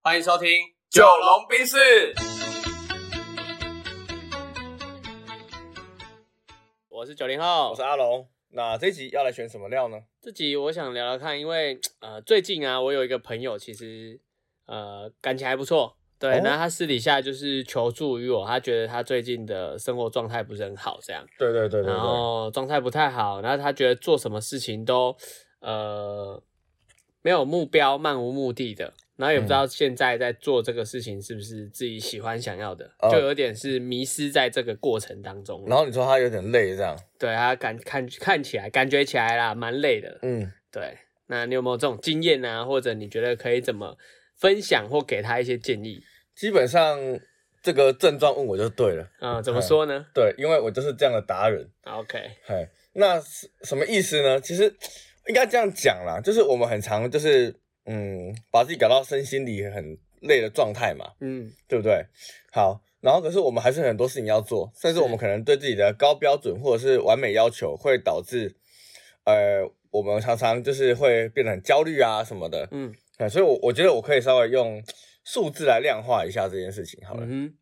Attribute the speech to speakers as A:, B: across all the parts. A: 欢迎收听《
B: 九龙冰室，
A: 我是九零后
B: 我是。阿龙。那这集要来选什么料呢？
A: 这集我想聊聊看，因为呃最近啊，我有一个朋友，其实呃感情还不错。对，
B: 哦
A: 那他私底下就是求助于我，他觉得他最近的生活状态不是很好，这样，
B: 对对对
A: 然后状态不太好，然后他觉得做什么事情都呃没有目标，漫无目的的，然后也不知道现在在做这个事情是不是自己喜欢想要的，
B: 哦
A: 就有点是迷失在这个过程当中了。
B: 然后你说他有点累，这样，
A: 对他感看看起来感觉起来啦，蛮累的。
B: 嗯，
A: 对，那你有没有这种经验啊？或者你觉得可以怎么分享或给他一些建议？
B: 基本上这个症状问我就对了，
A: 嗯、怎么说呢啊
B: 对，因为我就是这样的达人。
A: ？OK，
B: 嘿，那是什么意思呢？其实应该这样讲啦，就是我们很常就是嗯，把自己搞到身心里很累的状态嘛，
A: 嗯，
B: 对不对？好，然后可是我们还是很多事情要做，甚至我们可能对自己的高标准或者是完美要求，会导致，呃，我们常常就是会变得很焦虑啊什么的。
A: 嗯
B: 嗯，所以我，我觉得我可以稍微用数字来量化一下这件事情好了。
A: 嗯哼，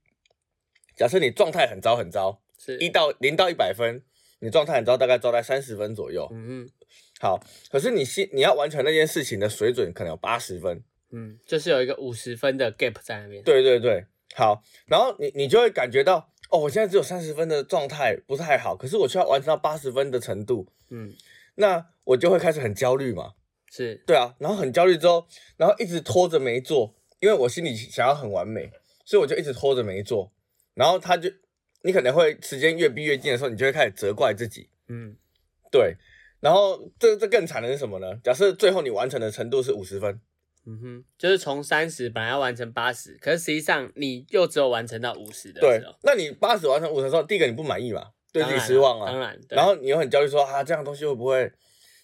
B: 假设你状态很糟很糟，
A: 是
B: 一，到零到一百分，你状态很糟，大概糟在三十分左右。
A: 嗯哼，
B: 好，可是你心你要完成那件事情的水准可能有八十分。
A: 嗯，就是有一个五十分的 gap 在那边。，
B: 对对对，好，然后你你就会感觉到，哦，我现在只有三十分的状态不太好，可是我却要完成到八十分的程度，
A: 嗯，
B: 那我就会开始很焦虑嘛。
A: 是，
B: 对啊，然后很焦虑之后，然后一直拖着没做，因为我心里想要很完美，所以我就一直拖着没做，然后他就，你可能会时间越逼越近的时候，你就会开始责怪自己，
A: 嗯，
B: 对。然后这这更惨的是什么呢？假设最后你完成的程度是五十分，
A: 嗯哼，就是从三十本来要完成八十，可是实际上你又只有完成到五十的
B: 对
A: 时候，，
B: 那你八十完成五十的时候，第一个你不满意嘛，对自己
A: 当然
B: 失望啊，
A: 当然，对
B: 然后你又很焦虑说啊，这样东西会不会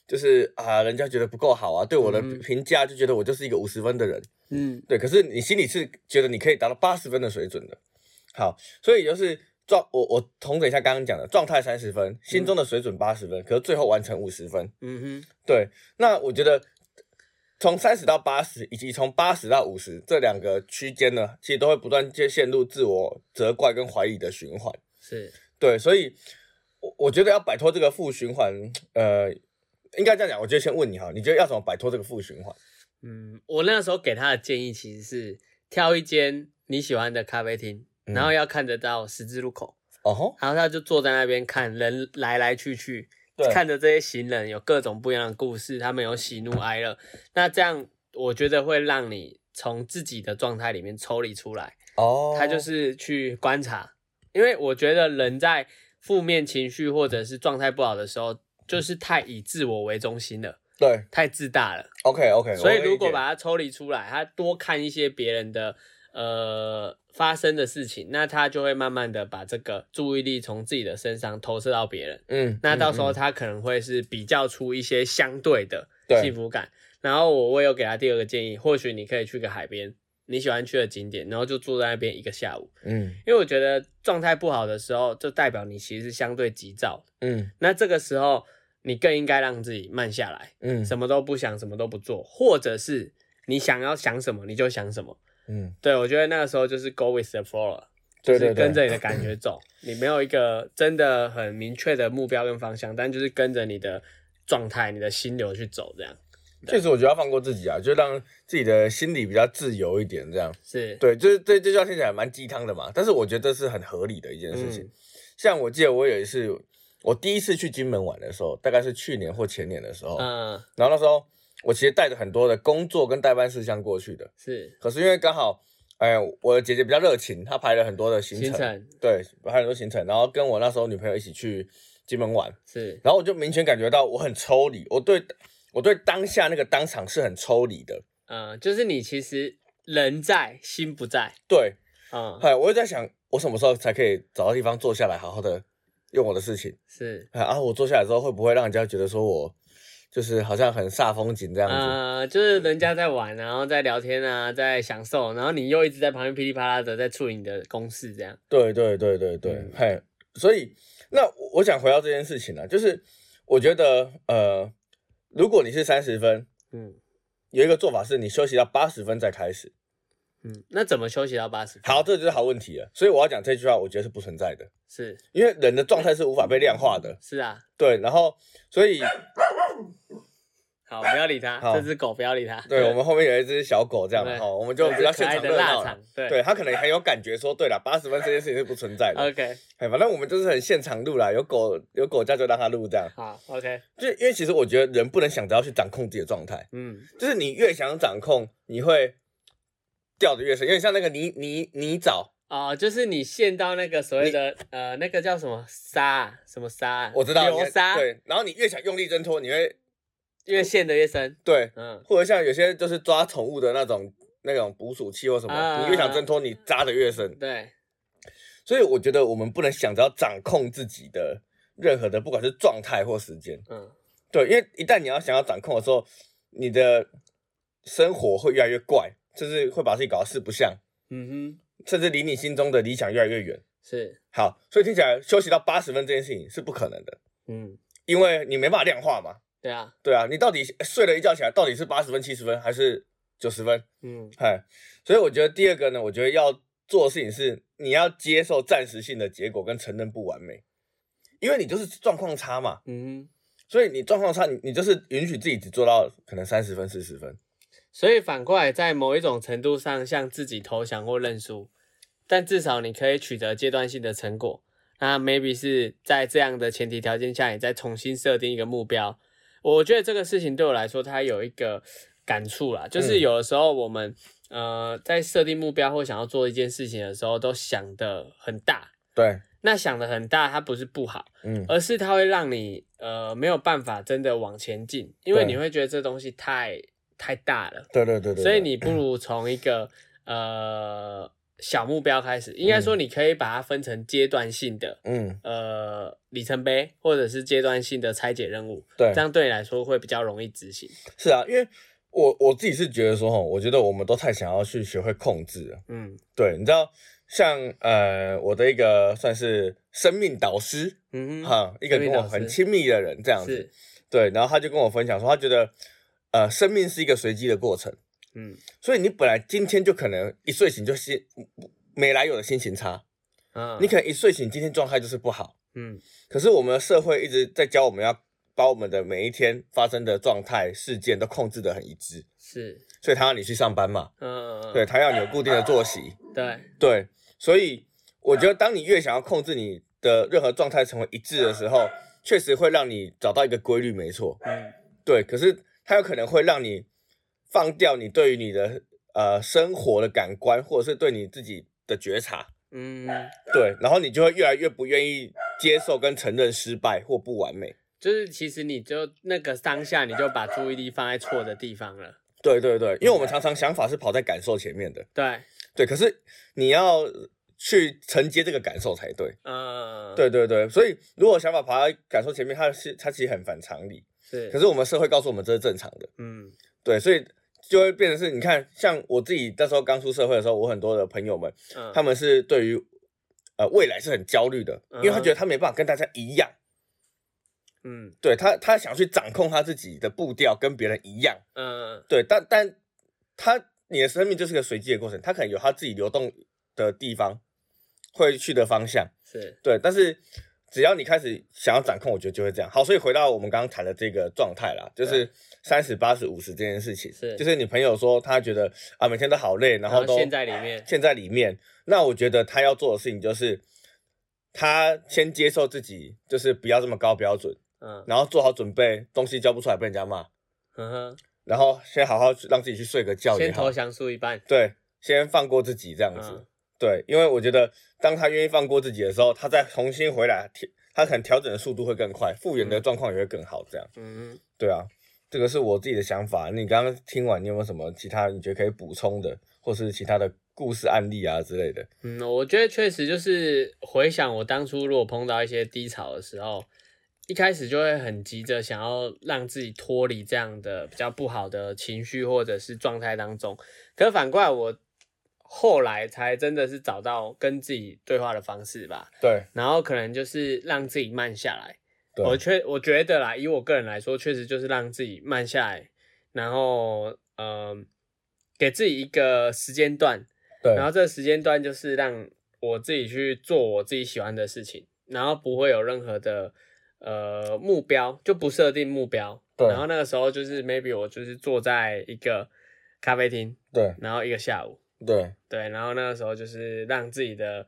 B: 就是啊，人家觉得不够好啊，对我的
A: 嗯
B: 评价就觉得我就是一个五十分的人，
A: 嗯
B: 对。可是你心里是觉得你可以达到八十分的水准的，好，所以就是状我我重整一下刚刚讲的状态三十分，心
A: 嗯
B: 中的水准八十分，可是最后完成五十分，
A: 嗯哼，
B: 对。那我觉得从三十到八十，以及从八十到五十这两个区间呢，其实都会不断就陷入自我责怪跟怀疑的循环。
A: 是，
B: 对，所以我我觉得要摆脱这个负循环，呃，应该这样讲。我就先问你哈，你觉得要怎么摆脱这个负循环？
A: 嗯，我那时候给他的建议其实是挑一间你喜欢的咖啡厅，
B: 嗯
A: 然后要看得到十字路口，
B: 哦吼，
A: 然后他就坐在那边看人来来去去，
B: 对
A: 看着这些行人有各种不一样的故事，他们有喜怒哀乐，那这样我觉得会让你从自己的状态里面抽离出来，
B: 哦
A: 他就是去观察，因为我觉得人在负面情绪或者是状态不好的时候，就是太以自我为中心了，
B: 对
A: 太自大了。
B: ，OK OK。
A: 所以如果把它抽离出来，他多看一些别人的呃发生的事情，那他就会慢慢的把这个注意力从自己的身上投射到别人。
B: 嗯，
A: 那到时候
B: 嗯
A: 他可能会是比较出一些相对的
B: 对
A: 幸福感。然后我我有给他第二个建议，或许你可以去个海边，你喜欢去的景点，然后就坐在那边一个下午。
B: 嗯
A: 因为我觉得状态不好的时候，就代表你其实是相对急躁的。
B: 嗯
A: 那这个时候，你更应该让自己慢下来，
B: 嗯
A: 什么都不想，什么都不做，或者是你想要想什么你就想什么。
B: 嗯，
A: 对我觉得那个时候就是 go with the flow 了，
B: 对
A: 就
B: 对
A: 是
B: 对，
A: 跟着你的感觉走。你没有一个真的很明确的目标跟方向，但就是跟着你的状态、你的心流去走，这样
B: 确实我觉得要放过自己啊，就让自己的心理比较自由一点，这样。
A: 是
B: 对，就是这这句话听起来蛮鸡汤的嘛，但是我觉得这是很合理的一件事
A: 嗯
B: 情。像我记得我有一次，我第一次去金门玩的时候，大概是去年或前年的时候，
A: 嗯、
B: 然后那时候我其实带着很多的工作跟代办事项过去的，
A: 是
B: 可是因为刚好，哎、我的姐姐比较热情，她排了很多的行程，
A: 行程
B: 对，排了很多行程，然后跟我那时候女朋友一起去金门玩，
A: 是
B: 然后我就明显感觉到我很抽离，我对我对当下那个当场是很抽离的，
A: 嗯、呃就是你其实人在心不在，
B: 对，
A: 嗯、
B: 哎，我就在想，我什么时候才可以找到地方坐下来，好好的用我的事情，
A: 是
B: 哎啊，我坐下来之后会不会让人家觉得说我就是好像很煞风景这样子？
A: 呃，就是人家在玩，然后在聊天啊，在享受，然后你又一直在旁边噼里啪啦的在处理你的公事，这样
B: 对对对对对，
A: 嗯
B: 嘿，所以那我我想回到这件事情呢、就是我觉得呃，如果你是三十分，
A: 嗯
B: 有一个做法是你休息到八十分再开始，
A: 嗯，那怎么休息到八十分？
B: 好，这就是好问题了。所以我要讲这句话，我觉得是不存在的，
A: 是
B: 因为人的状态是无法被量化的。
A: 是啊，
B: 对，然后所以
A: 好，不要理它，
B: 好
A: 这只狗不要理它。
B: 对我们后面有一只小狗这样
A: 对
B: 哈，我们就
A: 对
B: 比较
A: 这
B: 现
A: 可爱
B: 场
A: 的
B: 热
A: 腊
B: 闹了。
A: 肠，对呃
B: 对他可能很有感觉说，对了，八十分这件事情是不存在的。
A: o k
B: 哎，反正我们就是很现场录啦，有狗有狗叫就让它录这样。
A: 好，OK，
B: 就因为其实我觉得人不能想着要去掌控自己的状态，
A: 嗯，
B: 就是你越想掌控，你会掉的越深，有点像那个泥泥泥沼。
A: 哦、就是你陷到那个所谓的呃，那个叫什么沙啊，什么沙啊，
B: 我知道
A: 流
B: 你
A: 沙，，
B: 对，然后你越想用力挣脱，你会
A: 越陷得越深，
B: 对，
A: 嗯，
B: 或者像有些就是抓宠物的那种那种捕鼠器或什么，
A: 啊
B: 你越想挣脱，你扎的越深。
A: 对，
B: 所以我觉得我们不能想着要掌控自己的任何的，不管是状态或时间。
A: 嗯，
B: 对，因为一旦你要想要掌控的时候，你的生活会越来越怪，甚至会把自己搞得四不像，
A: 嗯哼，
B: 甚至离你心中的理想越来越远。
A: 是，
B: 好，所以听起来休息到八十分这件事情是不可能的，
A: 嗯，
B: 因为你没办法量化嘛。
A: 对啊，
B: 对啊，你到底睡了一觉起来，到底是八十分、七十分还是九十分？
A: 嗯，
B: 嗨，所以我觉得第二个呢，我觉得要做的事情是，你要接受暂时性的结果跟承认不完美，因为你就是状况差嘛，
A: 嗯
B: 所以你状况差，你你就是允许自己只做到可能三十分、四十分。
A: 哼，所以反过来，在某一种程度上向自己投降或认输，但至少你可以取得阶段性的成果。那 maybe 是在这样的前提条件下，你再重新设定一个目标。我觉得这个事情对我来说，它有一个感触啦，就
B: 嗯
A: 是有的时候我们、呃在设定目标或想要做一件事情的时候，都想的很大。
B: 对，
A: 那想的很大，它不是不好，
B: 嗯，
A: 而是它会让你呃没有办法真的往前进，因为
B: 对
A: 你会觉得这东西太太大了。
B: 对对对对。
A: 所以你不如从一个呃小目标开始，应该说你可以把它分成阶段性的
B: 嗯，
A: 呃里程碑，或者是阶段性的拆解任务，
B: 对
A: 这，样对你来说会比较容易执行。
B: 是啊，因为我我自己是觉得说，哈，我觉得我们都太想要去学会控制了。
A: 嗯
B: 对，你知道，像呃，我的一个算是生命导师，
A: 嗯哼，
B: 哈、一个跟
A: 生命
B: 我
A: 导
B: 很
A: 师
B: 亲密的人这样子
A: 是。
B: 对，然后他就跟我分享说，他觉得呃，生命是一个随机的过程，
A: 嗯
B: 所以你本来今天就可能一睡醒就心没来由的心情差，
A: 啊，
B: 你可能一睡醒今天状态就是不好。
A: 嗯
B: 可是我们的社会一直在教我们要把我们的每一天发生的状态、事件都控制得很一致，
A: 是
B: 所以他要你去上班嘛，
A: 嗯
B: 对他要你有固定的作息，
A: 对
B: 对，所以我觉得当你越想要控制你的任何状态成为一致的时候，确实会让你找到一个规律，没错，
A: 嗯
B: 对。可是它有可能会让你放掉你对于你的呃生活的感官，或者是对你自己的觉察，
A: 嗯，
B: 对，然后你就会越来越不愿意接受跟承认失败或不完美。
A: 就是其实你就那个当下你就把注意力放在错的地方了，
B: 对对对，因为我们常常想法是跑在感受前面的，
A: 对，
B: 对。可是你要去承接这个感受才对。
A: 嗯
B: 对对对，所以如果想法爬在感受前面，它是它其实很反常理。
A: 是，
B: 可是我们社会告诉我们这是正常的，
A: 嗯
B: 对，所以就会变成是，你看，像我自己那时候刚出社会的时候，我很多的朋友们，
A: 嗯，
B: 他们是对于呃未来是很焦虑的，因为他
A: 嗯
B: 觉得他没办法跟大家一样，
A: 嗯
B: 对他他想去掌控他自己的步调跟别人一样，
A: 嗯
B: 对，但但他你的生命就是个随机的过程，他可能有他自己流动的地方，会去的方向。
A: 是
B: 对，但是只要你开始想要掌控，我觉得就会这样。好，所以回到我们刚刚谈的这个状态啦，就是三十八十五十这件事情，
A: 是
B: 就是你朋友说他觉得啊每天都好累，然
A: 然
B: 后
A: 后
B: 都
A: 陷在里面
B: 陷在里面。那我觉得他要做的事情就是，他先接受自己，就是不要这么高标准，
A: 嗯
B: 然后做好准备，东西交不出来被人家骂，
A: 嗯哼。
B: 然后先好好去让自己去睡个觉也
A: 先
B: 好
A: 投，降输一半，
B: 对，先放过自己这样子。
A: 嗯
B: 对，因为我觉得当他愿意放过自己的时候，他再重新回来，调他可能调整的速度会更快，复原的状况也会更好。这样，
A: 嗯，
B: 对啊，这个是我自己的想法。你刚刚听完，你有没有什么其他你觉得可以补充的，或是其他的故事案例啊之类的？
A: 嗯，我觉得确实就是回想我当初如果碰到一些低潮的时候，一开始就会很急着想要让自己脱离这样的比较不好的情绪或者是状态当中。可反过来，我后来才真的是找到跟自己对话的方式吧，
B: 对，
A: 然后可能就是让自己慢下来。
B: 对
A: 我确我觉得啦，以我个人来说，确实就是让自己慢下来，然后嗯、呃给自己一个时间段，
B: 对
A: 然后这个时间段就是让我自己去做我自己喜欢的事情，然后不会有任何的呃目标，就不设定目标。
B: 对
A: 然后那个时候就是 maybe 我就是坐在一个咖啡厅，
B: 对
A: 然后一个下午，
B: 对嗯
A: 对，然后那个时候就是让自己的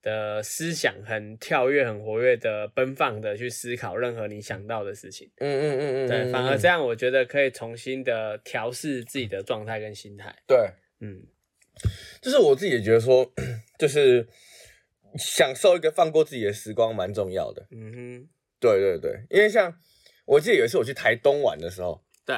A: 的思想很跳跃、很活跃的奔放的去思考任何你想到的事情。
B: 嗯嗯嗯嗯，
A: 对，反而这
B: 样
A: 样，我觉得可以重新的调试自己的状态跟心态。
B: 对，
A: 嗯，
B: 就是我自己也觉得说， 就是享受一个放过自己的时光蛮重要的。
A: 嗯哼，
B: 对对对，因为像我记得有一次我去台东玩的时候，
A: 对，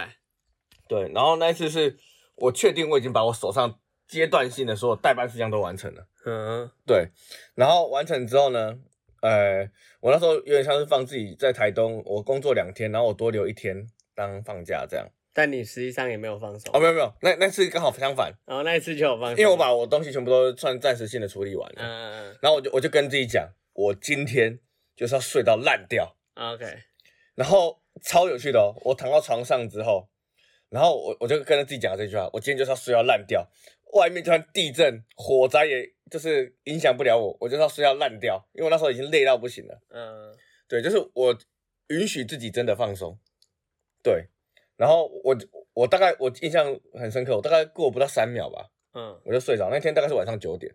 B: 对，然后那一次是我确定我已经把我手上阶段性的所有代办事项都完成了。
A: 嗯
B: 对，然后完成之后呢，呃，我那时候有点像是放自己在台东，我工作两天，然后我多留一天当放假这样。
A: 但你实际上也没有放手
B: 哦，，没有没有，那那次刚好相反，
A: 然后那一次就有放手，
B: 因为我把我东西全部都算暂时性的处理完了，
A: 嗯，嗯
B: 然后我就我就跟自己讲，我今天就是要睡到烂掉。
A: 嗯，OK，
B: 然后超有趣的哦，我躺到床上之后，然后我我就跟着自己讲这句话，我今天就是要睡到烂掉，外面就算地震、火灾，也就是影响不了我，我就是要睡到烂掉，因为我那时候已经累到不行了。
A: 嗯，
B: 对，就是我允许自己真的放松。对，然后我我大概我印象很深刻，我大概过不到三秒吧，
A: 嗯，
B: 我就睡着。那天大概是晚上九点，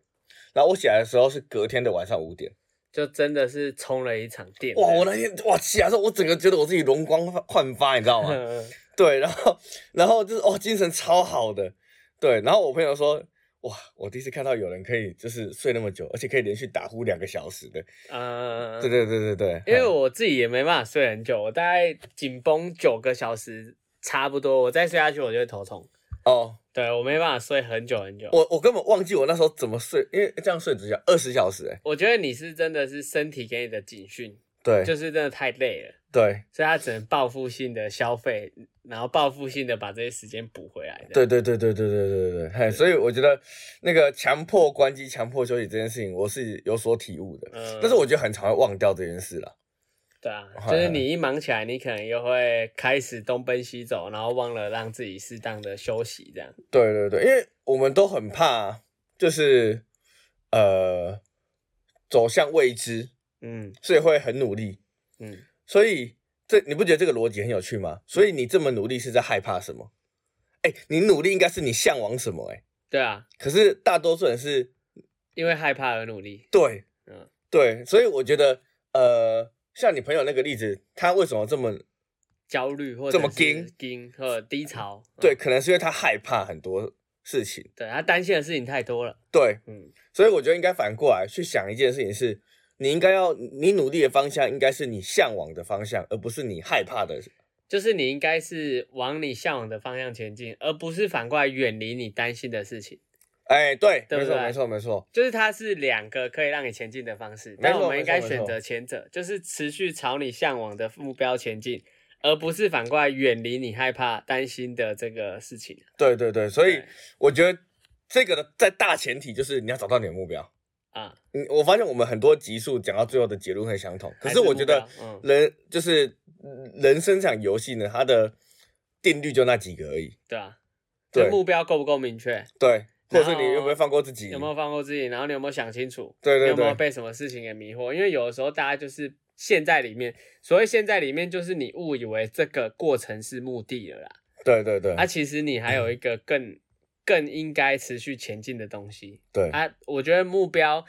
B: 然后我起来的时候是隔天的晚上五点。
A: 就真的是充了一场电。
B: 哇， 我那天哇起来之后，我整个觉得我自己容光焕发，你知道吗？
A: 嗯
B: 对，然后然后就是哦，精神超好的。对，然后我朋友说，哇，我第一次看到有人可以就是睡那么久，而且可以连续打呼两个小时的。
A: 嗯，
B: 对对对对对，
A: 因为我自己也没办法睡很久，我大概紧绷九个小时差不多，我再睡下去我就会头痛。
B: 哦，
A: 对我没办法睡很久很久。我
B: 我我根本忘记我那时候怎么睡，因为这样睡只要二十小时哎、
A: 我觉得你是真的是身体给你的警讯，
B: 对，
A: 就是真的太累了，
B: 对
A: 所以他只能报复性的消费，然后报复性的把这些时间补回来。
B: 对对对对对对对对对，嘿，所以我觉得那个强迫关机、强迫休息这件事情，我是有所体悟的，
A: 嗯
B: 但是我觉得很常会忘掉这件事了。
A: 对啊，就是你一忙起来，你可能又会开始东奔西走，然后忘了让自己适当的休息，这样。
B: 对对对，因为我们都很怕，就是呃走向未知，
A: 嗯
B: 所以会很努力。
A: 嗯，
B: 所以这你不觉得这个逻辑很有趣吗？所以你这么努力是在害怕什么？哎，你努力应该是你向往什么、哎，
A: 对啊，
B: 可是大多数人是
A: 因为害怕而努力。
B: 对，
A: 嗯
B: 对，所以我觉得，呃，像你朋友那个例子，他为什么这么
A: 焦虑或者
B: 这么
A: 是
B: 惊
A: 惊和低潮，嗯
B: 对？可能是因为他害怕很多事情，
A: 对他担心的事情太多了，
B: 对，
A: 嗯，
B: 所以我觉得应该反过来去想一件事情是，你应该要你努力的方向应该是你向往的方向，而不是你害怕的。
A: 就是你应该是往你向往的方向前进，而不是反过来远离你担心的事情。
B: 哎，对，
A: 对不
B: 没错，
A: 对
B: 没错，没错，
A: 就是它是两个可以让你前进的方式，
B: 错
A: 但我
B: 没
A: 们
B: 错
A: 应该
B: 没错
A: 选择前者，就是持续朝你向往的目标前进，而不是反过来远离你害怕、担心的这个事情。
B: 对对对，所以
A: 对
B: 我觉得这个的在大前提就是你要找到你的目标。
A: 啊，
B: 嗯，我发现我们很多集数讲到最后的结论很相同，可
A: 还
B: 是
A: 是
B: 我
A: 目
B: 觉得
A: 标嗯
B: 人就是嗯人生这场游戏呢，它的定律就那几个而已。
A: 对啊，
B: 对
A: 这目标够不够明确？
B: 对，或者是
A: 然
B: 你有没
A: 后
B: 有放过自己？
A: 有没有放过自己？然后你有没有想清楚？
B: 对
A: 你
B: 对
A: 有没有
B: 对
A: 被什么事情给迷惑？因为有的时候大家就是陷在里面，所谓陷在里面，就是你误以为这个过程是目的了啦，
B: 对对对
A: 啊，其实你还有一个更更应该持续前进的东西
B: 对
A: 啊。我觉得目标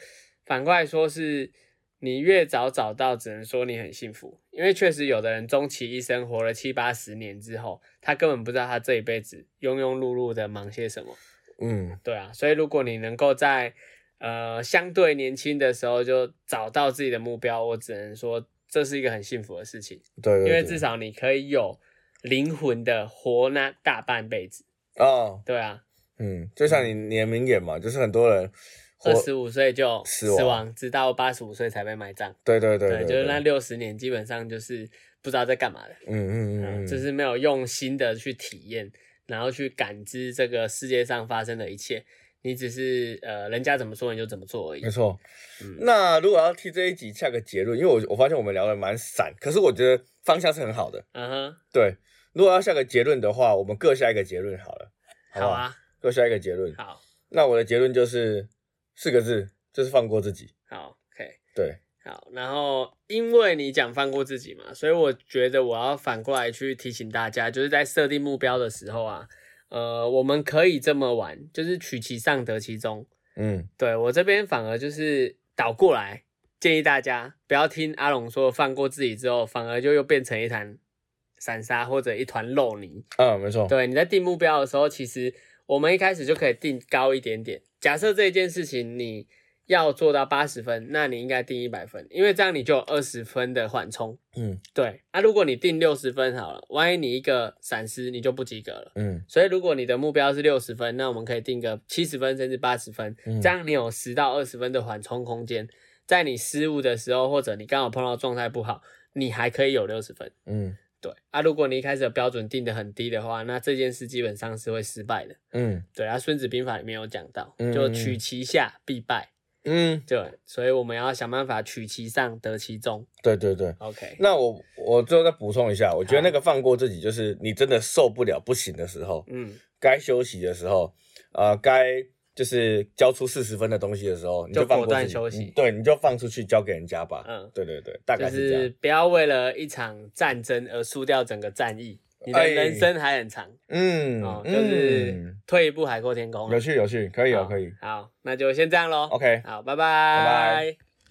A: 反过来说是，你越早找到，只能说你很幸福，因为确实有的人终其一生活了七八十年之后，他根本不知道他这一辈子庸庸碌碌的忙些什么。
B: 嗯，
A: 对啊，所以如果你能够在呃相对年轻的时候就找到自己的目标，我只能说这是一个很幸福的事情，
B: 对对
A: 因
B: 对，
A: 为至少你可以有灵魂的活那大半辈子。
B: 哦，
A: 对啊，
B: 嗯，就像你你的名言嘛，就是很多人活
A: 二，十五岁就
B: 死
A: 死
B: 亡
A: 亡，直到八十五岁才被埋葬。
B: 对对对对，
A: 就是那
B: 对
A: 六十年基本上就是不知道在干嘛的，
B: 嗯嗯嗯
A: 嗯，
B: 嗯，
A: 就是没有用心的去体验，然后去感知这个世界上发生的一切。你只是呃，人家怎么说你就怎么做而已
B: 没。错
A: 嗯。
B: 那如果要替这一集下个结论，因为我我发现我们聊的蛮散，可是我觉得方向是很好的。
A: 嗯哼，
B: 对，如果要下个结论的话，我们各下一个结论好了，好不
A: 好
B: 好，
A: 啊，
B: 各下一个结论。
A: 好，
B: 那我的结论就是四个字，就是放过自己。
A: 好，OK，
B: 对，
A: 好。然后因为你讲放过自己嘛，所以我觉得我要反过来去提醒大家，就是在设定目标的时候啊，呃，我们可以这么玩，就是取其上得其中。
B: 嗯，
A: 对我这边反而就是倒过来，建议大家不要听阿龙说放过自己之后，反而就又变成一滩散沙或者一团肉泥。
B: 啊，没错，
A: 对，你在定目标的时候，其实我们一开始就可以定高一点点。假设这一件事情你要做到八十分，那你应该定一百分，因为这样你就有二十分的缓冲。
B: 嗯
A: 对，啊，如果你定六十分好了，万一你一个闪失，你就不及格了。
B: 嗯
A: 所以，如果你的目标是六十分，那我们可以定个七十分甚至八十分，
B: 嗯
A: 这样你有十到二十分的缓冲空间，在你失误的时候，或者你刚好碰到状态不好，你还可以有六十分。
B: 嗯
A: 对啊，如果你一开始的标准定的很低的话，那这件事基本上是会失败的。
B: 嗯
A: 对啊，《孙子兵法》里面有讲到，
B: 嗯
A: 就取其下必败。
B: 嗯，
A: 对，所以我们要想办法取其上得其中。
B: 对对对。
A: OK，
B: 那我我最后再补充一下，我觉得那个放过自己，就是你真的受不了、不行的时候，
A: 嗯，
B: 该休息的时候，呃，该就是交出四十分的东西的时候，你
A: 就
B: 放
A: 果
B: 过
A: 断
B: 自己
A: 休息
B: 你对，你就放出去交给人家吧。
A: 嗯
B: 对对对，大
A: 就
B: 概是这
A: 是
B: 样。
A: 不要为了一场战争而输掉整个战役，你的
B: 哎
A: 人生还很长
B: 嗯
A: 哦，就
B: 嗯
A: 是，退一步海阔天空啊。
B: 有趣有趣，可以哦，
A: 好
B: 可以。
A: 好，那就先这样喽。
B: OK，
A: 好，拜拜。
B: 拜